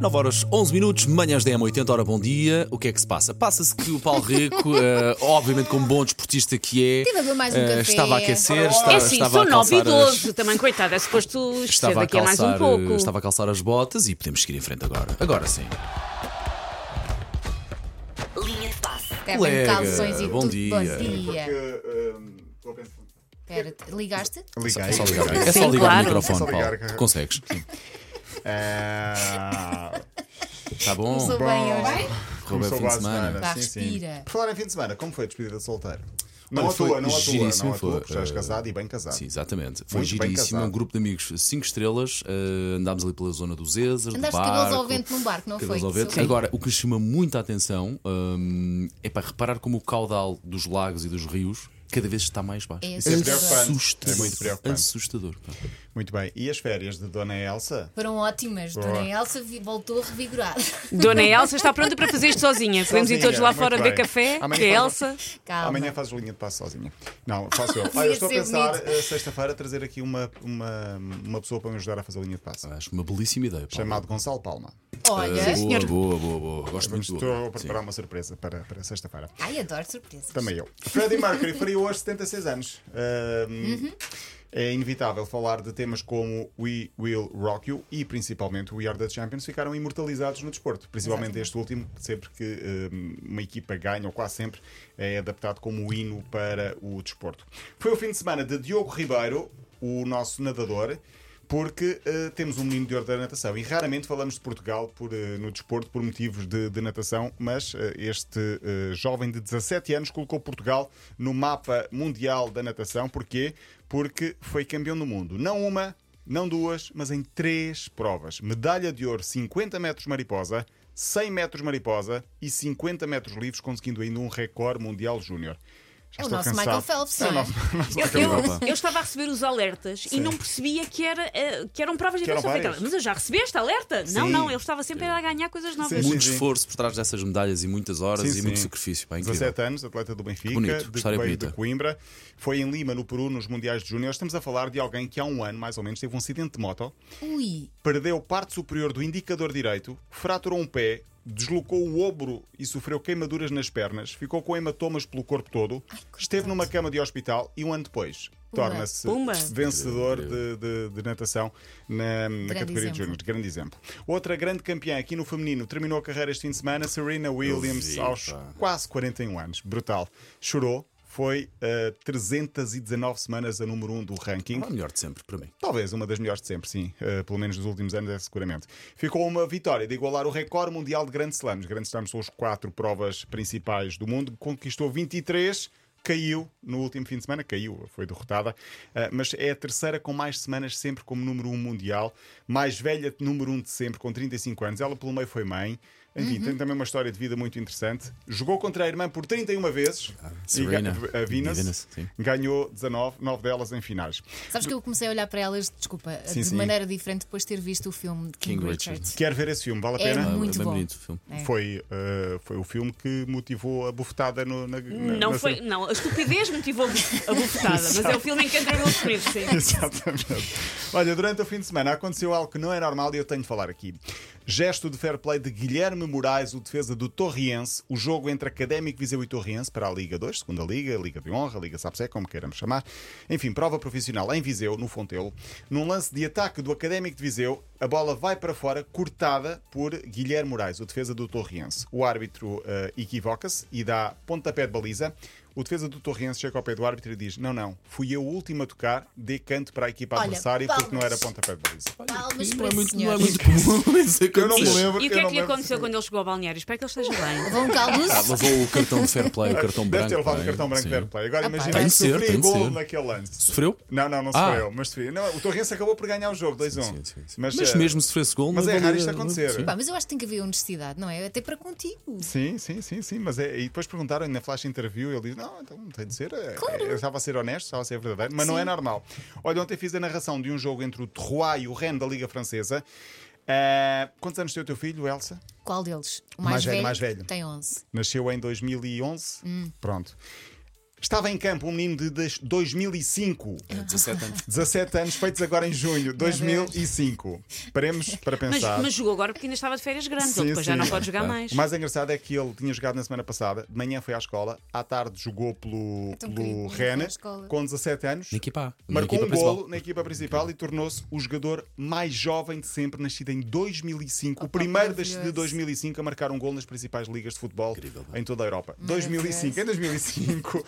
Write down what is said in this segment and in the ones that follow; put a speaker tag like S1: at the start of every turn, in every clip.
S1: 9 horas 11 minutos, manhãs 10 80 hora bom dia. O que é que se passa? Passa-se que o Paulo Rico, eh, obviamente, como bom desportista que é,
S2: Teve a beber mais um
S1: eh,
S2: café.
S1: estava a aquecer,
S3: É
S1: estava,
S3: assim,
S1: Tá, estava
S3: sou
S1: a
S3: nova e
S1: calçar as-
S3: idoso. Também, coitada, é suposto esquecer
S1: Estava a,
S3: daqui a mais
S1: calçar,
S3: um pouco.
S1: eh, estava a calçar as botas e podemos seguir em frente agora. Agora sim.
S4: Linha de passe.
S2: Devem
S1: Colega,
S2: calções e
S1: bom
S2: tudo.
S1: dia.
S2: Bom dia.
S5: eh, Liguei.
S2: Espera, ligaste?
S1: É só ligar, é
S3: Sim,
S1: só ligar
S3: claro.
S1: o microfone,
S5: É só ligar,
S1: Paulo.
S5: cara.
S1: Tu consegues. Sim.
S5: Ah,
S1: Está Tá bom.
S2: Sou
S1: Correu
S2: bem hoje.
S1: bem o é fim de
S5: começou é? boa
S1: semana.
S2: Pá,
S5: semana. Sim, sim.
S2: respira.
S5: Por falar em fim de semana, como foi a despedida de solteiro? Não
S1: Olha,
S5: à toa,
S1: foi
S5: não à toa,
S1: giríssimo,
S5: não à
S1: foi,
S5: toa, porque já és
S1: eh,
S5: casado e bem casado.
S1: Sim, exatamente. Foi
S5: Muito bem
S1: giríssimo.
S5: casado.
S1: Um grupo de amigos, cinco estrelas. eh, andámos ali pela zona dos Ezas, do
S2: Andaste
S1: barco.
S2: cabelos ao vento num barco, não
S1: Cabelos
S2: foi?
S1: ao vento.
S2: Sim.
S1: Agora, o que chama muita atenção hum, é para reparar como o caudal dos lagos e dos rios cada vez está mais baixo.
S2: É
S5: é
S2: assustador.
S5: preocupante.
S1: Assustador.
S5: É muito preocupante.
S1: Assustador. pá.
S5: Muito bem. E as férias de Dona Elsa?
S2: Foram ótimas. Dona Elsa vi- voltou revigorada.
S3: Dona Elsa está pronta para fazer isto sozinha. Podemos ir
S5: Sozinha,
S3: todos lá
S5: muito
S3: fora
S5: bem.
S3: beber café,
S5: Amanhã
S3: que é a
S5: faz-
S3: Elsa.
S2: Calma.
S5: Amanhã fazes linha de passo sozinha. Não, faço eu.
S2: Devia
S5: Olha, eu estou a
S2: ser
S5: pensar,
S2: bonito.
S5: eh, sexta-feira, trazer aqui uma, uma, uma pessoa para me ajudar a fazer a linha de passo.
S1: Acho uma belíssima ideia. Paulo.
S5: Chamado Gonçalo Palma.
S2: Olha.
S1: Ah, boa, boa, boa, boa. Gosto muito do.
S5: Estou a preparar uma surpresa para, para sexta-feira.
S2: Ai, adoro surpresas.
S5: Também eu. Freddie Mercury faria hoje 76 anos. Ahm, É inevitável falar de temas como We Will Rock You e principalmente We Are the Champions ficaram imortalizados no desporto, principalmente este último, que sempre que ahm, uma equipa ganha, ou quase sempre, é adaptado como hino para o desporto. Foi o fim de semana de Diogo Ribeiro, o nosso nadador. Porque ah, temos um menino de ouro da natação e raramente falamos de Portugal por, ah, no desporto por motivos de, de natação, mas ah, este ah, jovem de 17 anos colocou Portugal no mapa mundial da natação. Porquê? Porque foi campeão do mundo. Não uma, não duas, mas em três provas. Medalha de ouro 50 metros mariposa, 100 metros mariposa e 50 metros livres, conseguindo ainda um recorde mundial júnior. Já
S2: É o
S5: estou
S2: nosso Michael Phelps,
S5: É o
S2: não é?
S5: nosso, nosso
S3: Eu,
S5: Michael
S3: eu-
S5: Phelps.
S3: eu estava a receber os alertas e não percebia que, era, eh, que eram provas de
S5: Que eram
S3: atenção.
S5: várias.
S3: Mas eu já recebeste alerta? Não,
S5: Sim.
S3: não, ele estava sempre a ganhar coisas novas.
S5: Sim,
S1: Muito
S5: sim.
S1: esforço por trás dessas medalhas e muitas horas
S5: Sim,
S1: e muito
S5: sim.
S1: sacrifício. Pá, incrível.
S5: 17 anos, atleta do Benfica,
S1: Bonito,
S5: de,
S1: história
S5: veio
S1: bonita.
S5: de Coimbra. Foi em Lima, no Peru, nos Mundiais de Júnior. Estamos a falar de alguém que há um ano, mais ou menos, teve um acidente de moto,
S2: Ui.
S5: perdeu parte superior do indicador direito, fraturou um pé, deslocou o ombro e sofreu queimaduras nas pernas, ficou com hematomas pelo corpo todo, esteve numa cama de hospital e um ano depois torna-se
S3: Pumba.
S5: vencedor de, de- de natação na, na categoria
S2: exemplo.
S5: de júnior. Grande exemplo. Outra grande campeã aqui no feminino terminou a carreira este fim de semana, Serena Williams,
S1: vi,
S5: aos
S1: pá.
S5: quase 41 anos. Brutal. Chorou. Foi eh, 319 semanas a número 1 do ranking.
S1: Ah, melhor de sempre para mim.
S5: Talvez uma das melhores de sempre, sim. Uh, pelo menos dos últimos anos, é seguramente. Ficou uma vitória de igualar o recorde mundial de grandes slams. Grandes slams são as quatro provas principais do mundo. Conquistou 23, caiu no último fim de semana, caiu, foi derrotada. Uh, mas é a terceira com mais semanas sempre como número um mundial. Mais velha número um de sempre, com 35 anos. Ela pelo meio foi mãe. Enfim,
S1: Uhum.
S5: tem também uma história de vida muito interessante. Jogou contra a irmã por 31 vezes. E ga-
S1: Ah, Serena.
S5: A Venus.
S1: Venus, sim.
S5: Ganhou 19, 9 delas em finais.
S2: Sabes que eu comecei a olhar para elas, desculpa,
S5: Sim,
S2: de
S5: sim.
S2: maneira diferente depois de ter visto o filme de King,
S1: King
S2: Richard.
S1: Richard.
S5: Quero ver esse filme, vale a
S2: É
S5: pena?
S2: Muito
S1: é bem
S2: bom.
S1: bonito o filme.
S2: É.
S5: Foi, eh, foi o filme que motivou a bufetada no, na, na-
S3: Não
S5: na-
S3: foi, não, a estupidez motivou a bufetada, mas é o filme em que entregou os primeiros, sim.
S5: Exatamente. Olha, durante o fim de semana aconteceu algo que não é normal e eu tenho de falar aqui. Gesto de fair play de Guilherme Moraes, o defesa do Torriense, o jogo entre Académico Viseu e Torriense para a Liga 2, Segunda Liga, Liga de Honra, Liga Sapsé, como queiramos chamar. Enfim, prova profissional em Viseu, no Fontelo. Num lance de ataque do Académico de Viseu, a bola vai para fora, cortada por Guilherme Moraes, o defesa do Torriense. O árbitro eh, equivoca-se e dá pontapé de baliza. O defesa do Torriense chega ao pé do árbitro e diz: Não, não, fui eu o último a tocar, dê canto para a equipa
S2: Olha,
S5: adversária porque não
S2: palmas.
S5: era pontapé de baliza.
S2: Palmas
S1: Não
S2: para
S1: é
S2: esse
S1: muito, não
S2: senhor.
S1: é muito comum isso
S5: Eu não me
S1: acontecer.
S5: lembro.
S3: E o
S5: eu
S3: que é que lhe
S5: não me lembro
S3: aconteceu quando ele chegou ao balneário? Espero que ele esteja bem.
S2: Vão
S1: Ah,
S2: caldos.
S1: levou o cartão de fair play, o cartão
S5: Deve
S1: branco.
S5: ter levado
S1: não
S5: o
S1: é?
S5: cartão branco
S1: Sim.
S5: fair play. Agora
S2: Ah, pá.
S5: imagina
S2: Tem
S5: que
S1: de ser, tem
S5: sofri
S1: de
S5: gol
S1: ser.
S5: naquele lance.
S1: Sofreu?
S5: Não, não, não
S1: Ah.
S5: sofreu, mas sofri. Não, o Torrense acabou por ganhar o jogo, 2-1.
S1: Sim, sim, sim.
S5: Mas,
S1: Mas,
S5: eh,
S1: mesmo se sofresse gol,
S5: mas
S1: não
S5: é raro
S1: valida, não
S5: isto
S1: é?
S5: acontecer.
S1: Sim.
S2: Pá, mas eu acho que tem que haver honestidade, não é? Até para contigo.
S5: Sim, sim, sim, sim, mas é, e depois perguntaram na flash interview ele disse: Não, então tem de ser. é- é- eu estava a ser honesto, estava a ser verdadeiro, mas não é normal. Olha, ontem fiz a narração de um jogo entre o Terroir e o Rennes da Liga Francesa. Ah, quantos anos tem o teu filho, Elsa?
S2: Qual deles? O
S5: Mais velho, mais velho.
S2: Tem 11.
S3: Hum.
S5: Nasceu em 2011. Pronto. Estava em campo um menino de des- 2005.
S1: 17 anos.
S5: 17 anos, feitos agora em junho, 2005. Paremos para
S3: Mas,
S5: pensar.
S3: mas jogou agora porque ainda estava de férias grandes, ou
S5: Sim,
S3: depois já
S5: sim.
S3: não pode jogar mais.
S5: O mais engraçado é que ele tinha jogado na semana passada, de manhã foi à escola, à tarde jogou pelo,
S2: tão
S5: pelo
S2: querido, foi à
S5: Rennes,
S2: escola.
S5: com 17 anos.
S1: Na equipa A. Na
S5: Marcou
S1: equipa
S5: um
S1: principal.
S5: golo na equipa principal e tornou-se o jogador mais jovem de sempre, nascido em 2005. o primeiro das- de
S2: maravilhoso.
S5: 2005 a marcar um gol nas principais ligas de futebol em toda a Europa.
S2: Maravilhoso.
S5: 2005. Em 2005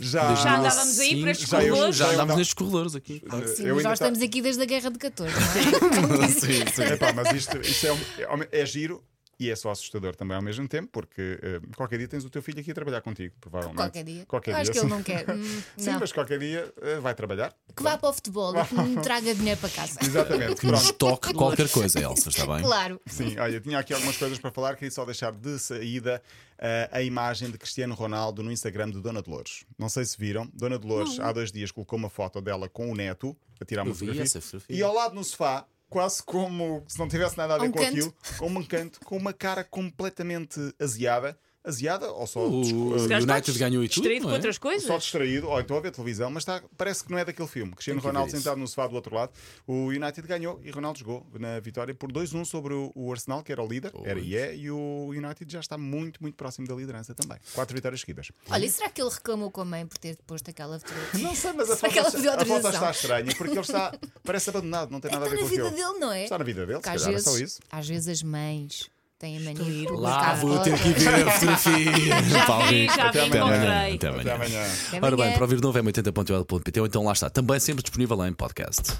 S5: já.
S3: Já andávamos aí por estes
S5: já eu-
S3: corredores.
S1: Já
S5: eu-
S1: andámos nestes corredores aqui.
S2: Sim,
S5: eu
S2: mas
S5: ainda tá-
S2: nós
S5: ta-
S2: estamos aqui desde a Guerra de 14, não é?
S1: Sim, sim.
S5: Epá, mas isto, isto é, um- é, é giro e é só assustador também ao mesmo tempo, porque eh, qualquer dia tens o teu filho aqui a trabalhar contigo, provavelmente.
S2: Qualquer dia.
S5: é? Qualquer
S2: Eu acho
S5: dia,
S2: que ele
S5: sim.
S2: não quer. Hum,
S5: Sim,
S2: não.
S5: mas qualquer dia eh, vai trabalhar.
S2: Que vá para o futebol e que me traga dinheiro para casa.
S5: Exatamente.
S1: Que nos
S5: Pronto.
S1: toque Um qualquer coisa, Elsa, está bem?
S2: Claro.
S5: Sim, olha, tinha aqui algumas coisas para falar, queria só deixar de saída eh, a imagem de Cristiano Ronaldo no Instagram de Dona Dolores. Não sei se viram, Dona Dolores há dois dias colocou uma foto dela com o neto a tirar uma
S1: Eu vi
S5: fotografia,
S1: essa fotografia.
S5: e ao lado no sofá, quase como se não tivesse nada a ver
S2: Um
S5: com
S2: canto.
S5: aquilo, com um canto, com uma cara completamente aziada, aziada ou só,
S1: O
S5: eh,
S3: calhar
S1: Ah, United
S3: estás
S1: ganhou e tudo.
S3: Distraído
S1: não
S3: com
S1: é?
S3: outras coisas?
S5: só distraído, ou então a ver televisão, mas está- parece que não é daquele filme. Cristiano
S1: Tem que ver
S5: Ronaldo
S1: isso.
S5: sentado no sofá do outro lado. O United ganhou e Ronaldo jogou na vitória por 2-1 sobre o, o Arsenal, que era o líder, era e é, e o United já está muito, muito próximo da liderança também. Quatro vitórias seguidas.
S2: Olha, e será que ele reclamou com a mãe por ter posto aquela fotografia?
S5: Não sei, mas
S2: Será
S5: a foto,
S2: que ela pediu
S5: a foto
S2: autorização?
S5: está estranha, porque ele está, parece abandonado, não tem nada a
S2: Está
S5: ver
S2: na
S5: com
S2: vida
S5: aquilo.
S2: dele, não é?
S5: Está na vida dele, se
S2: Porque às
S5: calhar, é
S2: vezes,
S5: só isso.
S2: às vezes as mães têm a mania de
S3: Destruir.
S2: publicar
S1: Lá vou ter
S2: fotos.
S1: que ir ver a fotografia.
S3: Já
S1: Paulo
S3: vi,
S1: Rico.
S3: já
S5: Até
S3: vi,
S5: amanhã.
S3: encontrei.
S1: Até
S5: Até
S1: amanhã.
S5: amanhã.
S2: Até
S1: Ora bem,
S2: amanhã.
S1: para ouvir de novo é 80.ol.pt ou então lá está. Também sempre disponível em podcast.